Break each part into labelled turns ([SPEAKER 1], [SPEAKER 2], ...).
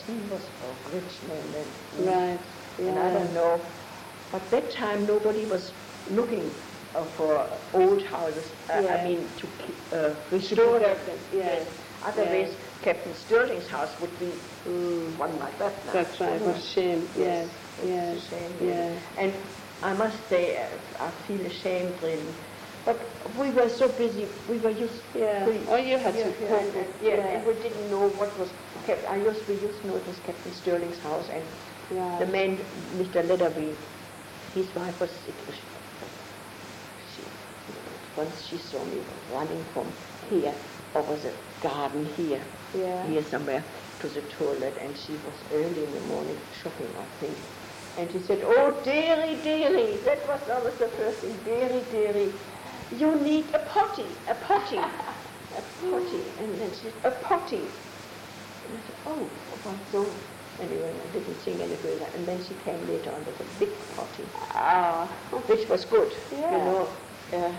[SPEAKER 1] he was from Richmond and.
[SPEAKER 2] Right,
[SPEAKER 1] And I
[SPEAKER 2] yeah.
[SPEAKER 1] don't know, but that time nobody was looking uh, for old houses, uh, I
[SPEAKER 2] Yeah.
[SPEAKER 1] mean, to ke- uh, restore them.
[SPEAKER 2] Yes,
[SPEAKER 1] Otherwise,
[SPEAKER 2] yes.
[SPEAKER 1] Captain Sterling's house would be one like that now.
[SPEAKER 2] Mm.
[SPEAKER 1] Oh,
[SPEAKER 2] That's right, what a shame, yes, yes,
[SPEAKER 1] It's a shame, really.
[SPEAKER 2] yes.
[SPEAKER 1] And I must say, uh, I feel ashamed really. But we were so busy, we were used.
[SPEAKER 2] Yeah.
[SPEAKER 1] we-
[SPEAKER 2] Oh, you had
[SPEAKER 1] yeah,
[SPEAKER 2] to
[SPEAKER 1] yeah,
[SPEAKER 2] cope
[SPEAKER 1] yeah,
[SPEAKER 2] with-
[SPEAKER 1] Yeah, and
[SPEAKER 2] yeah.
[SPEAKER 1] we didn't know what was, Cap- I used, we used to know it was Captain Sterling's house and the
[SPEAKER 2] Right.
[SPEAKER 1] man, Mr. Letterby, his wife was sick. She, once she saw me running from here, over the garden here,
[SPEAKER 2] Yeah.
[SPEAKER 1] here somewhere, to the toilet, and she was early in the morning shopping, I think. And she said, "Oh, dearie, dearie, that was always the first thing, dearie, dearie, you need a potty, a potty, a potty." And then she said, "A potty." And I said, oh, well, so anyway, I didn't sing any further. And then she came later on with a big party,
[SPEAKER 2] Ah,
[SPEAKER 1] which was good, you
[SPEAKER 2] Yeah.
[SPEAKER 1] know, uh,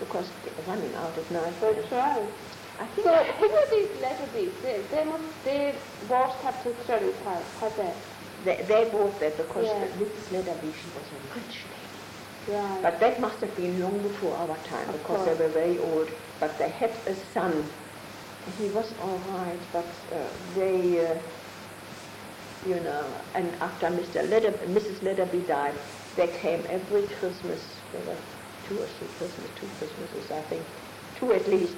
[SPEAKER 1] because running out at night.
[SPEAKER 2] that's right.
[SPEAKER 1] I think
[SPEAKER 2] So who were these Letterbys? They, they must, they bought Captain Sterling's house, had they?
[SPEAKER 1] they, they bought that because
[SPEAKER 2] Yeah.
[SPEAKER 1] Mrs. Letterby, she was a rich lady.
[SPEAKER 2] Right,
[SPEAKER 1] But that must have been long before our time
[SPEAKER 2] Of
[SPEAKER 1] because
[SPEAKER 2] course.
[SPEAKER 1] they were very old. But they had a son. He was all right, but uh, they, uh, you know, and after Mr. Letter, Mrs. Letterby died, they came every Christmas. There were two or three Christmas, two Christmases, I think, two at least.